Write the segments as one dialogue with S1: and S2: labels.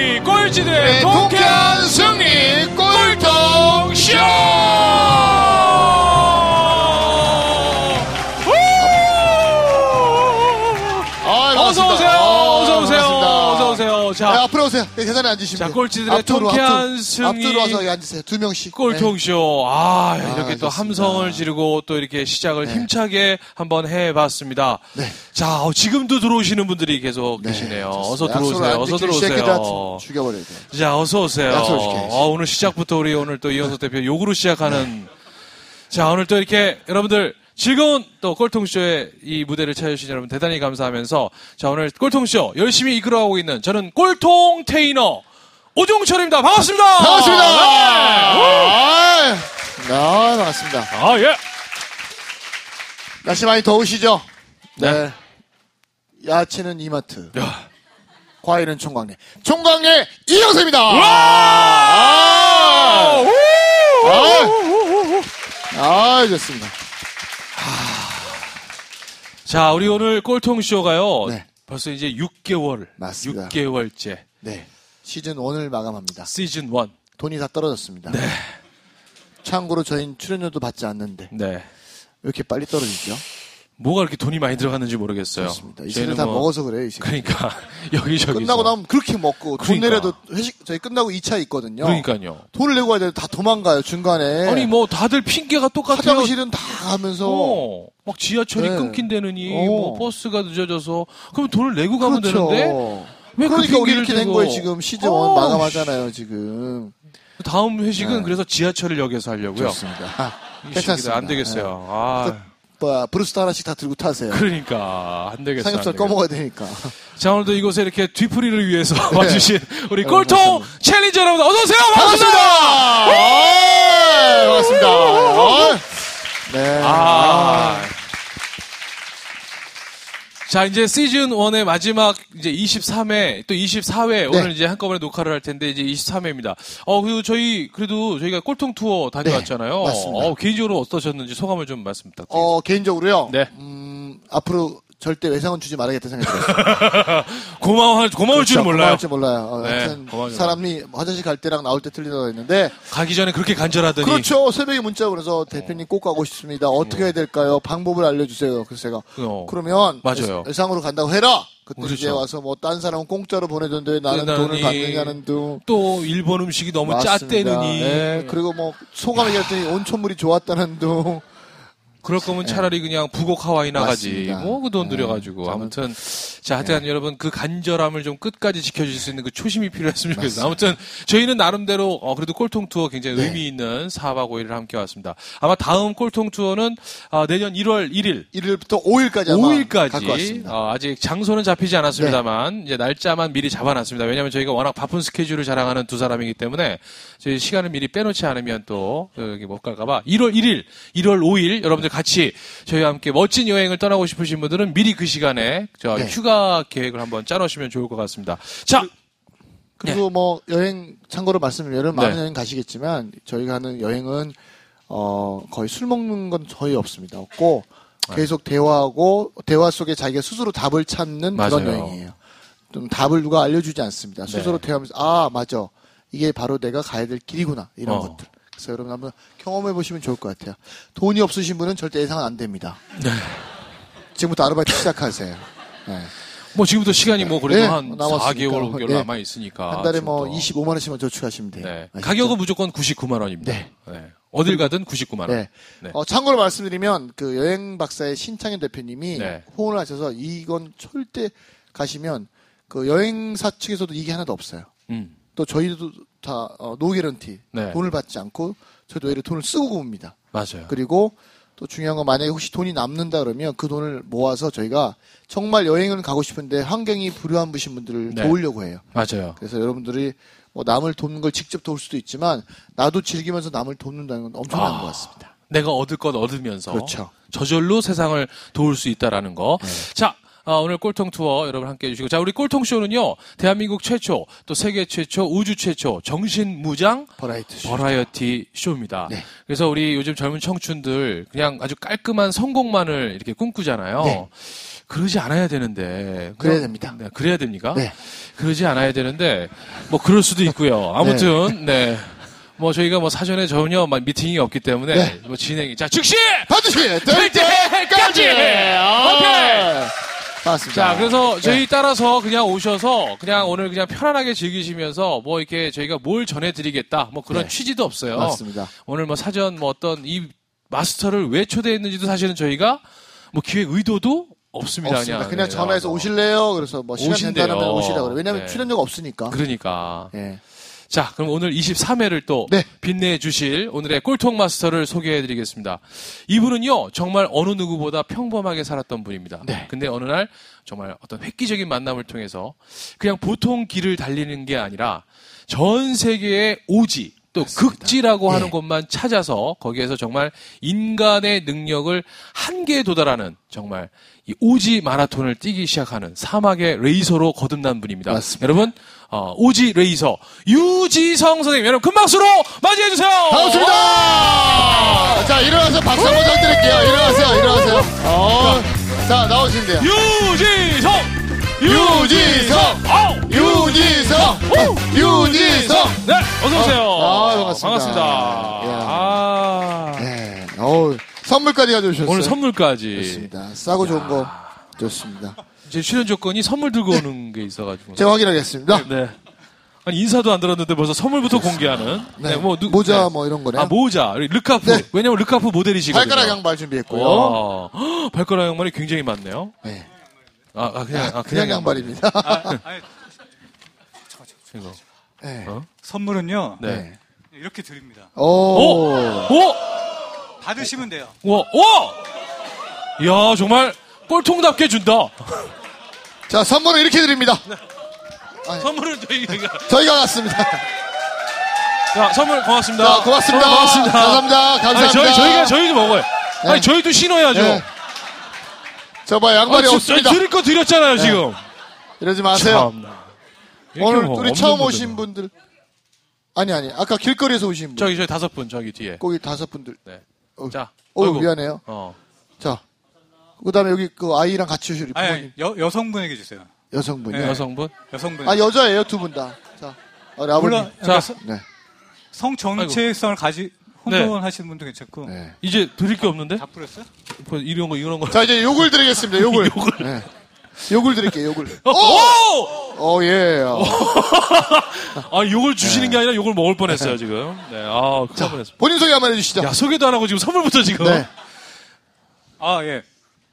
S1: 네,
S2: 네,
S1: 통쾌한 승리 꿀통쇼 아,
S2: 어서 오세요. 어서 오세요. 어서 오세요.
S1: 자, 네,
S2: 자,
S1: 앞으로 오세요. 네, 계단에 앉으시면
S2: 자,
S1: 돼요.
S2: 꼴찌들의
S1: 앞쪽으로,
S2: 통쾌한
S1: 앞쪽.
S2: 승리.
S1: 앞쪽으로 와서 여기 앉으세요. 두 명씩.
S2: 꼴통쇼. 아, 이렇게 또
S1: 좋습니다.
S2: 함성을 지르고 또 이렇게 시작을 힘차게 한번 해봤습니다.
S1: 네.
S2: 자, 어, 지금도 들어오시는 분들이 계속
S1: 네,
S2: 계시네요.
S1: 좋습니다.
S2: 어서
S1: 약속을
S2: 들어오세요.
S1: 안
S2: 어서
S1: 지킬 새끼다
S2: 들어오세요.
S1: 죽여버려야 돼요.
S2: 자, 어서 오세요.
S1: 약속을 지켜야지. 네.
S2: 어, 오늘 시작부터 우리 오늘 또 이현석 대표 욕으로 시작하는. 자, 오늘 또 이렇게 여러분들 즐거운 또 꼴통쇼의 이 무대를 찾아주신 여러분 대단히 감사하면서 자, 오늘 꼴통쇼 열심히 이끌어가고 있는 저는 꼴통 테이너 오종철입니다. 반갑습니다.
S1: 반갑습니다.
S2: 네.
S1: 아, 아, 반갑습니다.
S2: 아, 예.
S1: 날씨 많이 더우시죠?
S2: 네.
S1: 야채는 이마트,
S2: 야.
S1: 과일은 총각내. 총각내 이영세입니다.
S2: 아! 우!
S1: 아, 좋습니다.
S2: 자, 우리 오늘 꼴통쇼가요.
S1: 네.
S2: 벌써 이제 6개월.
S1: 맞습니다.
S2: 6개월째.
S1: 네. 시즌 1을 마감합니다.
S2: 시즌 1.
S1: 돈이 다 떨어졌습니다.
S2: 네.
S1: 참고로 저희는 출연료도 받지 않는데 왜
S2: 네.
S1: 이렇게 빨리 떨어지죠?
S2: 뭐가 이렇게 돈이 많이 들어갔는지 모르겠어요.
S1: 그렇습니다. 이 세는 다 먹어서 그래요. 이
S2: 뭐
S1: 세는.
S2: 그러니까 여기저기
S1: 끝나고 나면 그렇게 먹고 돈
S2: 그러니까.
S1: 내려도 회식 저희 끝나고 2차 있거든요.
S2: 그러니까요.
S1: 돈을 내고 가야 되는데 다 도망가요 중간에.
S2: 아니 뭐 다들 핑계가 똑같아요.
S1: 화장실은 다 가면서
S2: 어, 막 지하철이
S1: 네.
S2: 끊긴다느니
S1: 어.
S2: 뭐 버스가 늦어져서 그럼 돈을 내고 가면
S1: 그렇죠.
S2: 되는데 왜그
S1: 그러니까 우리
S2: 핑계를
S1: 이렇게 된
S2: 대고.
S1: 거예요 지금 시즌 1
S2: 어,
S1: 마감하잖아요 지금.
S2: 다음 회식은
S1: 네.
S2: 그래서 지하철역에서 하려고요.
S1: 좋습니다. 아,
S2: 이
S1: 괜찮습니다. 네.
S2: 안 되겠어요. 아,
S1: 뭐 브루스타 하나씩 다 들고 타세요.
S2: 그러니까 안 되겠어요.
S1: 삼겹살
S2: 안 되겠어요.
S1: 꺼먹어야 네. 되니까.
S2: 자 오늘도 이곳에 이렇게 뒤풀이를 위해서 와주신 우리 꼴통 챌린저 여러분 어서 오세요. 반갑습니다.
S1: 아, 반갑습니다. 아, 네.
S2: 아. 자, 이제 시즌 1의 마지막 이제 23회 또 24회
S1: 네.
S2: 오늘 이제 한꺼번에 녹화를 할 텐데 이제 23회입니다. 어, 그리고 저희 그래도 저희가 꼴통 투어 다녀왔잖아요.
S1: 네, 맞습니다.
S2: 어, 개인적으로 어떠셨는지 소감을 좀 말씀 부탁드립니다.
S1: 어, 개인적으로요.
S2: 네.
S1: 음, 앞으로 절대 외상은 주지 말아야겠다 생각이 들었어요.
S2: 고마워
S1: 그렇죠.
S2: 고마울 줄 몰라요.
S1: 고마울 줄 몰라요. 어,
S2: 네,
S1: 하여튼
S2: 고마울 줄
S1: 사람이 뭐 화장실 갈 때랑 나올 때 틀리다고 했는데
S2: 가기 전에 그렇게 간절하더니
S1: 그렇죠. 새벽에 문자 보내서 대표님 꼭 가고 싶습니다. 어떻게 해야 될까요? 방법을 알려주세요. 그래서 제가
S2: 어.
S1: 그러면
S2: 맞아요.
S1: 외- 외상으로 간다고 해라. 그때
S2: 그렇죠. 네,
S1: 이제 와서 뭐 딴 사람은 공짜로 보내던데 왜 나는
S2: 나는
S1: 돈을
S2: 이-
S1: 받느냐는 둥.
S2: 또 일본 음식이 너무
S1: 맞습니다.
S2: 짜대느니
S1: 네, 그리고 뭐 소감 얘기했더니 온천물이 좋았다는 둥.
S2: 그럴 거면 차라리 그냥 북옥 하와이나 가지.
S1: 네. 맞습니다. 네.
S2: 뭐 그 돈 들여가지고. 아무튼. 자, 하여튼 여러분 그 간절함을 좀 끝까지 지켜줄 수 있는 그 초심이 필요했으면 좋겠어요. 아무튼 저희는 나름대로 어, 그래도 꼴통 투어 굉장히
S1: 네.
S2: 의미 있는 4박 5일을 함께 왔습니다. 아마 다음 꼴통 투어는 아, 내년 1월 1일.
S1: 1일부터 5일까지 아마 갈것
S2: 5일까지 어,
S1: 같습니다. 네.
S2: 아직 장소는 잡히지 않았습니다만 이제 날짜만 미리 잡아놨습니다. 왜냐하면 저희가 워낙 바쁜 스케줄을 자랑하는 두 사람이기 때문에 저희 시간을 미리 빼놓지 않으면 또 여기 못 갈까봐 1월 1일, 1월 5일 여러분들 같이 저희와 함께 멋진 여행을 떠나고 싶으신 분들은 미리 그 시간에 저
S1: 네.
S2: 휴가 계획을 한번 짜놓으시면 좋을 것 같습니다. 자,
S1: 그리고 뭐 여행 참고로 말씀드리면 많은
S2: 네.
S1: 여행 가시겠지만 저희가 하는 여행은 어 거의 술 먹는 건 거의 없습니다. 없고
S2: 네.
S1: 계속 대화하고 대화 속에 자기가 스스로 답을 찾는 그런
S2: 맞아요. 네.
S1: 여행이에요. 좀 답을 누가 알려주지 않습니다. 스스로 대화하면서 아 맞아 이게 바로 내가 가야 될 길이구나 이런
S2: 어.
S1: 것들. 그래서 여러분 한번 경험해 보시면 좋을 것 같아요. 돈이 없으신 분은 절대 예상은 안 됩니다.
S2: 네.
S1: 지금부터 아르바이트 시작하세요. 네.
S2: 뭐 지금부터 시간이 뭐 그래도
S1: 네,
S2: 한
S1: 남았으니까.
S2: 4개월, 5개월
S1: 네.
S2: 남아 있으니까
S1: 한 달에 뭐
S2: 지금부터.
S1: 25만 원씩만 저축하시면 돼요.
S2: 네.
S1: 아시죠?
S2: 가격은 무조건 99만 원입니다.
S1: 네.
S2: 네. 어딜 가든 99만 원.
S1: 네.
S2: 네.
S1: 어, 참고로 말씀드리면 그 여행 박사의 신창현 대표님이
S2: 네.
S1: 호응을 하셔서 이건 절대 가시면 그 여행사 측에서도 이게 하나도 없어요.
S2: 음.
S1: 또 저희도 다 어, 노게런티
S2: 네.
S1: 돈을 받지 않고 저희도 오히려 돈을 쓰고 굽니다.
S2: 맞아요.
S1: 그리고 또 중요한 건 만약에 혹시 돈이 남는다 그러면 그 돈을 모아서 저희가 정말 여행을 가고 싶은데 환경이 불우한 분이신 분들을
S2: 네.
S1: 도우려고 해요.
S2: 맞아요.
S1: 그래서 여러분들이 뭐 남을 돕는 걸 직접 도울 수도 있지만 나도 즐기면서 남을 돕는다는 건 엄청난
S2: 아. 어?
S1: 것 같습니다.
S2: 내가 얻을 것 얻으면서
S1: 그렇죠. 네.
S2: 저절로 세상을 도울 수 있다라는 거. 자. 아, 오늘 꼴통 투어 여러분 함께 해주시고. 자, 우리 꼴통 쇼는요, 대한민국 최초, 또 세계 최초, 우주 최초, 정신 무장
S1: 버라이트 쇼.
S2: 버라이어티 쇼입니다.
S1: 네.
S2: 그래서 우리 요즘 젊은 청춘들 그냥 아주 깔끔한 성공만을 이렇게 꿈꾸잖아요.
S1: 네.
S2: 그러지 않아야 되는데.
S1: 그래야 됩니다.
S2: 네, 그래야 됩니까?
S1: 네.
S2: 그러지 않아야 되는데 뭐 그럴 수도 있고요. 아무튼 네. 뭐 저희가 뭐 사전에 전혀 막 미팅이 없기 때문에
S1: 네.
S2: 뭐 진행이 자 즉시
S1: 반드시
S2: 될
S1: 될
S2: 때까지
S1: 때까지. 어,
S2: 오케이.
S1: 맞습니다.
S2: 자, 그래서
S1: 네.
S2: 저희 따라서 그냥 오셔서 그냥 오늘 그냥 편안하게 즐기시면서 뭐 이렇게 저희가 뭘 전해드리겠다 뭐 그런
S1: 네.
S2: 취지도 없어요.
S1: 맞습니다.
S2: 오늘 뭐 사전 뭐 어떤 이 마스터를 왜 초대했는지도 사실은 저희가 뭐 기획 의도도 없습니다.
S1: 없습니다. 그냥,
S2: 네, 나와서.
S1: 전화해서 아, 오실래요? 그래서 뭐 시간
S2: 오신대요.
S1: 된다면 오시라 그래. 왜냐면
S2: 네.
S1: 하 출연료가 없으니까.
S2: 그러니까.
S1: 예.
S2: 자, 그럼 오늘 23회를 또
S1: 네.
S2: 빛내 주실 오늘의 꼴통 마스터를 소개해 드리겠습니다. 이분은요, 정말 어느 누구보다 평범하게 살았던 분입니다.
S1: 네.
S2: 근데 어느 날 정말 어떤 획기적인 만남을 통해서 그냥 보통 길을 달리는 게 아니라 전 세계의 오지, 또 극지라고 하는
S1: 예.
S2: 곳만 찾아서 거기에서 정말 인간의 능력을 한계에 도달하는 정말 이 오지 마라톤을 뛰기 시작하는 사막의 레이서로 거듭난 분입니다.
S1: 맞습니다.
S2: 여러분 어, 오지 레이서 유지성 선생님 여러분 큰 박수로 맞이해 주세요.
S1: 반갑습니다! 아, 자, 일어나서 박수 한번 드릴게요. 일어나세요, 일어나세요. 어, 자, 나오신대요.
S2: 유지성
S1: 유지성!
S2: 아우!
S1: 윤희성! 윤희성!
S2: 네 어서 오세요.
S1: 아, 반갑습니다. 예.
S2: 아,
S1: 네, 어우, 선물까지 가져오셨어요.
S2: 오늘 선물까지
S1: 좋습니다. 싸고 좋은 거 좋습니다.
S2: 제 출연 조건이 선물 들고
S1: 네.
S2: 오는 게 있어가지고
S1: 제가 확인하겠습니다.
S2: 네. 아니 인사도 안 들었는데 벌써 선물부터 공개하는
S1: 네,
S2: 누-
S1: 모자
S2: 네.
S1: 뭐 이런 거네요.
S2: 아 모자 르카프
S1: 네.
S2: 왜냐면 르카프 모델이시거든요.
S1: 발가락 양말 준비했고요.
S2: 와, 헉, 발가락 양말이 굉장히 많네요.
S1: 네.
S2: 아, 아, 그냥, 아,
S1: 그냥
S2: 그냥 양말이네.
S1: 양말입니다.
S3: 아니,
S2: 이거.
S1: 네.
S3: 선물은요
S2: 네.
S1: 네.
S3: 이렇게 드립니다.
S1: 어.
S2: 오!
S1: 오.
S2: 오!
S3: 받으시면 돼요.
S2: 와, 와! 이야, 정말 꼴통답게 준다.
S1: 자, 선물은 이렇게 드립니다.
S2: 선물은 저희가.
S1: 저희가 갔습니다.
S2: 자, 선물 고맙습니다.
S1: 자, 고맙습니다.
S2: 선물 고맙습니다.
S1: 감사합니다. 감사합니다.
S2: 아니, 저희, 저희가, 저희도 먹어요. 아니, 저희도 신어야죠.
S1: 네. 저 봐, 양말이
S2: 아, 저-
S1: 없습니다.
S2: 드릴 거 드렸잖아요, 지금.
S1: 이러지 마세요.
S2: 참나.
S1: 오늘
S2: 이렇게 뭐
S1: 우리
S2: 없는
S1: 처음
S2: 분들도.
S1: 오신 분들. 아니, 아니. 아까 길거리에서 오신 분.
S2: 저기, 저희 다섯 분, 저기 뒤에.
S1: 거기 다섯 분들.
S2: 네.
S1: 어.
S2: 자.
S1: 어,
S2: 아이고.
S1: 미안해요.
S2: 어.
S1: 자. 그 다음에 여기 그 아이랑 같이 오신 우리
S3: 아니,
S1: 부모님.
S3: 아니, 여, 여성분에게 주세요.
S1: 여성분이요.
S3: 네.
S2: 여성분.
S3: 여성분.
S1: 아, 여자예요, 두 분 다. 자. 우리 아버님.
S3: 물론
S2: 자.
S3: 그러니까 서-
S1: 네.
S3: 성 정체성을 가지 혼돈하시는 분도 괜찮고
S1: 네.
S2: 이제 드릴 게 없는데?
S3: 다 뿌렸어요?
S2: 뭐 이런 거, 이런 거.
S1: 자, 이제 욕을 드리겠습니다, 욕을.
S2: 욕을.
S1: 네. 욕을 드릴게요, 욕을.
S2: 어! 오!
S1: 어, 예. 어.
S2: 아, 욕을 주시는 게 아니라 욕을 먹을 뻔했어요, 지금. 네, 아, 큰일 날 뻔했습니다.
S1: 본인 소개 한번 해주시죠.
S2: 야, 어. 소개도 안 하고 지금 선물부터 지금.
S1: 네.
S3: 아 예.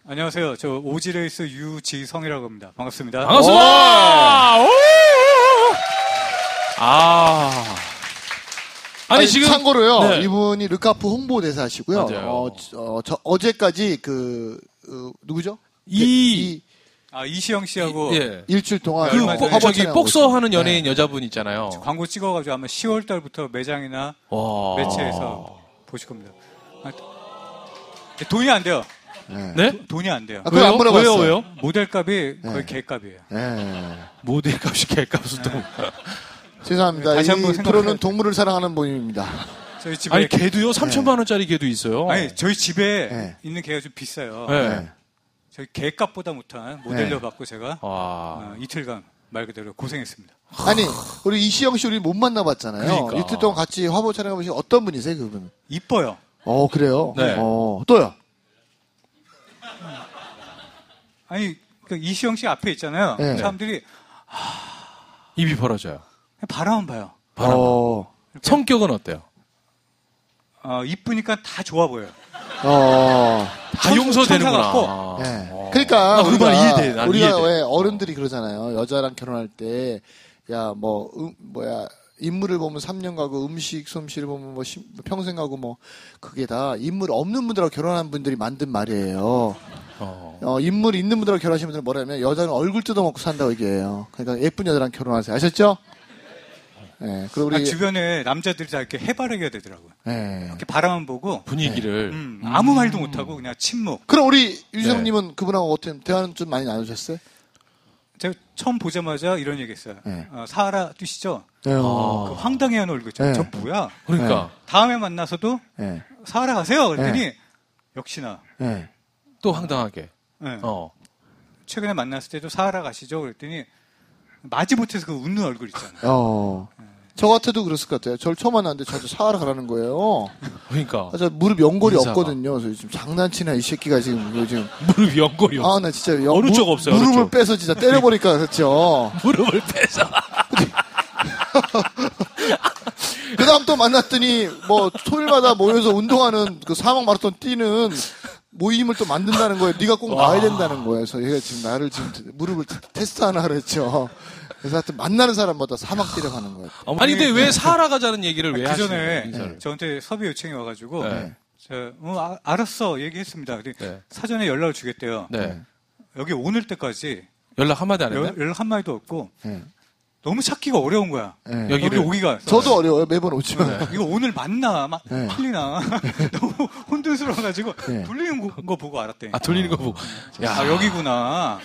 S3: 안녕하세요. 저 오지레이스 유지성이라고 합니다. 반갑습니다.
S2: 반갑습니다! 오! 아. 아니, 지금.
S1: 참고로요
S2: 네.
S1: 이분이 르카프 홍보대사시고요.
S2: 맞아요.
S1: 어, 어, 저, 어제까지 그 어, 누구죠?
S2: 이-
S3: 아 이시영 씨하고
S2: 예.
S1: 이 일주일 동안
S2: 그,
S3: 얼마
S2: 보-
S3: 전에
S1: 화보
S2: 저기,
S1: 촬영하고
S2: 복서 하는
S1: 있습니다.
S2: 연예인 여자분 있잖아요.
S3: 광고 찍어가지고 아마 10월 달부터 매장이나
S2: 와.
S3: 매체에서 보실 겁니다. 아, 돈이 안 돼요.
S1: 네.
S2: 네?
S3: 돈이 안 돼요.
S1: 아, 그걸 안 물어봤어요.
S2: 왜요, 왜요?
S3: 모델값이 거의
S1: 네.
S3: 개값이에요.
S1: 네.
S2: 모델 값이 개 값은 또.
S1: 죄송합니다.
S3: 다시 한번
S1: 이 프로는
S3: 생각해야
S1: 동물을 사랑하는 분입니다.
S3: 저희 집에
S2: 아니, 개도요? 3천만 원짜리 개도 있어요. 예.
S3: 아니 저희 집에
S1: 네.
S3: 있는 개가 좀 비싸요.
S2: 네.
S1: 네.
S3: 저희 개값보다 못한 모델료 받고 제가
S2: 와.
S3: 어, 이틀간 말 그대로 고생했습니다.
S1: 아니 우리 이시영 씨 우리 못 만나봤잖아요.
S2: 그러니까.
S1: 이틀 동안 같이 화보 촬영하신 어떤 분이세요 그분?
S3: 이뻐요.
S1: 어 그래요.
S2: 네.
S1: 어 또요.
S3: 아니 그 이시영 씨 앞에 있잖아요.
S1: 네.
S3: 사람들이
S2: 입이 벌어져요.
S3: 그냥 바라만 봐요.
S2: 바람.
S1: 어.
S2: 성격은 어때요?
S3: 어, 이쁘니까 다 좋아 보여요.
S1: 어.
S2: 다 용서되는구나.
S3: 천사 같고.
S2: 아.
S1: 예.
S2: 어.
S1: 그러니까
S2: 나 그거
S1: 우리가
S2: 이해돼. 난
S1: 우리가
S2: 이해돼.
S1: 왜 어른들이 그러잖아요. 여자랑 결혼할 때 야, 뭐 음, 뭐야 인물을 보면 3년 가고 음식 솜씨를 보면 뭐 심- 평생 가고 뭐 그게 다 인물 없는 분들하고 결혼한 분들이 만든 말이에요.
S2: 어.
S1: 어, 인물 있는 분들하고 결혼하신 분들은 뭐라면 여자는 얼굴 뜯어먹고 산다고 얘기해요. 그러니까 예쁜 여자랑 결혼하세요. 아셨죠? 예. 그리고
S3: 아,
S1: 우리
S3: 주변에 남자들이 다 이렇게 해바라기가 되더라고요.
S1: 예.
S3: 이렇게 바라만 보고
S2: 분위기를.
S3: 음, 아무 말도 못하고 그냥 침묵.
S1: 그럼 우리
S2: 네.
S1: 유성님은 그분하고 어떻게 대화는 좀 많이 나누셨어요?
S3: 제가 처음 보자마자 이런 얘기했어요.
S1: 네.
S3: 어, 사하라 뛰시죠.
S1: 네.
S2: 어.
S3: 그 황당해하는 얼굴 있죠.
S1: 네.
S3: 저 뭐야?
S2: 그러니까.
S3: 다음에 만나서도
S2: 아.
S1: 예. 네.
S3: 사하라 가세요. 그랬더니 역시나
S1: 예.
S2: 또 황당하게.
S3: 네.
S2: 어.
S3: 최근에 만났을 때도 사하라 가시죠? 그랬더니 맞지 못해서 그 웃는 얼굴 있잖아요.
S1: 어. 저 같아도 그랬을 것 같아요. 절 처음 만났는데 저도 사하러 가라는 거예요.
S2: 그러니까
S1: 아, 저 무릎 연골이
S2: 인사가.
S1: 없거든요. 그래서 지금 장난치나 이 새끼가 지금 이거 지금
S2: 무릎 연골이 없.
S1: 아 나 진짜 연-
S2: 어느
S1: 무-
S2: 쪽 없어요, 어느
S1: 무릎을
S2: 쪽?
S1: 빼서 진짜 때려버릴까 그랬죠.
S2: 무릎을 빼서
S1: 그 다음 또 만났더니 뭐 토요일마다 모여서 운동하는 그 사막 마라톤 뛰는 모임을 또 만든다는 거예요. 네가 꼭 나와야 된다는 거예요. 그래서 얘가 지금 나를 지금 무릎을 테스트하나 그랬죠. 그래서 하여튼 만나는 사람마다 사막 뛰러 가는 거예요.
S2: 아니 근데 왜 사하라 가자는 얘기를 왜
S3: 그
S2: 하시는
S3: 전에
S2: 거예요?
S3: 저한테 섭외 요청이 와가지고
S2: 네.
S3: 저, 어, 아- 알았어 얘기했습니다. 근데
S2: 네.
S3: 사전에 연락을 주겠대요.
S2: 네. 아,
S3: 여기 오늘 때까지
S2: 연락 한마디 안 했나요?
S3: 연- 연락 한 마디도 없고
S1: 예.
S3: 너무 찾기가 어려운 거야.
S1: 예.
S2: 네. 여기-
S3: 여기
S2: 여기를.
S3: 오기가 네.
S1: 저도 어려워요. 매번 오지만.
S3: 이거 오늘 맞나 막
S1: 네.
S3: 틀리나 너무 혼돈스러워가지고
S1: 네.
S3: 돌리는 거, 거 보고 알았대.
S2: 아 돌리는 거 보고 야,
S3: 아 여기구나.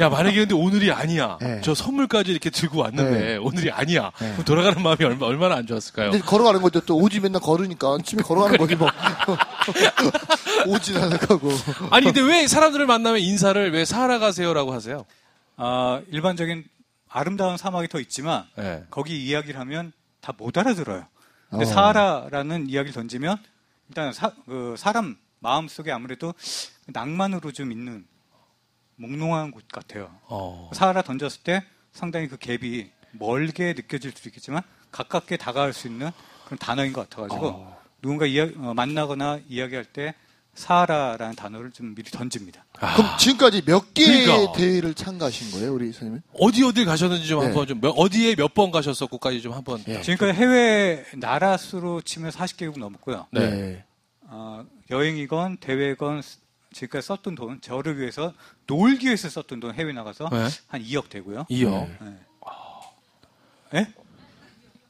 S2: 야 만약에 근데 오늘이 아니야
S1: 네.
S2: 저 선물까지 이렇게 들고 왔는데
S1: 네.
S2: 오늘이 아니야 그럼 돌아가는 마음이 얼마, 얼마나 안 좋았을까요?
S1: 근데 걸어가는 거죠. 또 오지 맨날 걸으니까 아침에 걸어가는 거지 뭐. 오지 생각하고.
S2: 아니 근데 왜 사람들을 만나면 인사를 왜 사하라 가세요라고 하세요?
S3: 아 일반적인 아름다운 사막이 더 있지만
S2: 네.
S3: 거기 이야기를 하면 다 못 알아들어요. 근데
S1: 어.
S3: 사하라라는 이야기를 던지면 일단 사, 그 사람 마음 속에 아무래도 낭만으로 좀 있는 몽롱한 곳 같아요.
S2: 어.
S3: 사하라 던졌을 때 상당히 그 갭이 멀게 느껴질 수도 있겠지만 가깝게 다가갈 수 있는 그런 단어인 것 같아가지고 누군가 이야, 어, 만나거나 이야기할 때 사하라라는 단어를 좀 미리 던집니다.
S1: 그럼 지금까지 몇 개의
S2: 아. 그러니까.
S1: 대회를 참가하신 거예요, 우리 선생님은?
S2: 어디 어딜 가셨는지 좀
S1: 네.
S2: 한번 좀 몇- 어디에 몇 번 가셨었고까지 좀 한번
S1: 예.
S3: 지금까지 해외 나라 수로 치면 40개국 넘었고요.
S2: 네.
S3: 어, 여행이건 대회건 쓰- 지금까지 썼던 돈 저를 위해서 놀기 위해서 썼던 돈 해외 나가서
S2: 네.
S3: 한 2억 되고요.
S2: 이어
S3: 예?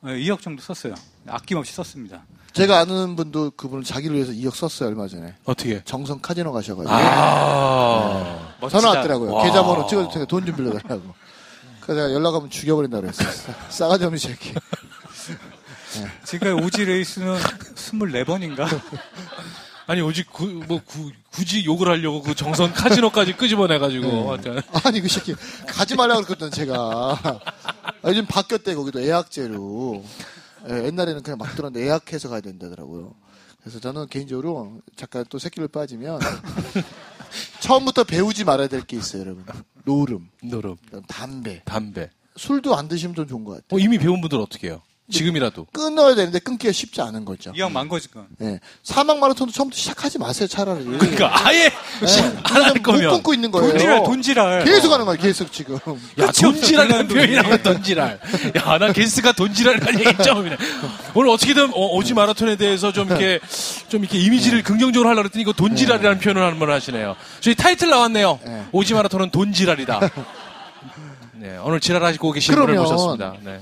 S3: 네, 2억 정도 썼어요. 아낌없이 썼습니다.
S1: 제가 아는 분도 그분을 자기를 위해서 2억 썼어요, 얼마 전에.
S2: 어떻게?
S1: 정성 카지노 가셔가지고.
S2: 아
S1: 전화 왔더라고요.
S2: 와.
S1: 계좌번호 찍어줄 테니까 돈 좀 빌려달라고. 그래서 내가 연락하면 죽여버린다 그랬어요. 싸- 싸가지 없는 새끼.
S3: 지금까지 오지 레이스는 24번인가?
S2: 아니 오직 구, 뭐 구- 굳이 욕을 하려고 그 정선 카지노까지 끄집어내가지고 하여튼
S1: 아니, 그 새끼. 가지 말라고 그랬거든, 제가. 아, 요즘 바뀌었대, 거기도 예약제로. 예, 옛날에는 그냥 막 들었는데 예약해서 가야 된다더라고요. 그래서 저는 개인적으로 잠깐 또 새끼를 빠지면 처음부터 배우지 말아야 될 게 있어요, 여러분. 노름,
S2: 노름
S1: 그다음 담배.
S2: 담배
S1: 술도 안 드시면 좀 좋은 것 같아요.
S2: 어, 이미 배운 분들 어떻게 해요? 지금이라도
S1: 끊어야 되는데 끊기가 쉽지 않은 거죠.
S3: 2억 만 거지 금
S1: 예. 사막 마라톤도 처음부터 시작하지 마세요, 차라리.
S2: 그러니까 아예 안 할
S1: 못
S2: 거면
S1: 끊고 있는 거예요.
S2: 어.
S3: 돈지랄 돈지랄.
S1: 계속 하는 거예요, 계속 지금.
S2: 야,
S3: 끝이 없어,
S2: 돈지랄이라는
S3: 돈지랄.
S2: 표현이 나와, 돈지랄. 야, 나 게스트가 돈지랄이라는 얘기 처음이네. 오늘 어떻게든 어, 오지 마라톤에 대해서 좀 이렇게, 좀 이렇게 이미지를 긍정적으로 하려고 했더니 이거 돈지랄이라는 표현을 한 번 하시네요. 저희 타이틀 나왔네요.
S1: 네.
S2: 오지 마라톤은 돈지랄이다. 네, 오늘 지랄하시고 계신 분을
S1: 그러면-
S2: 모셨습니다. 네.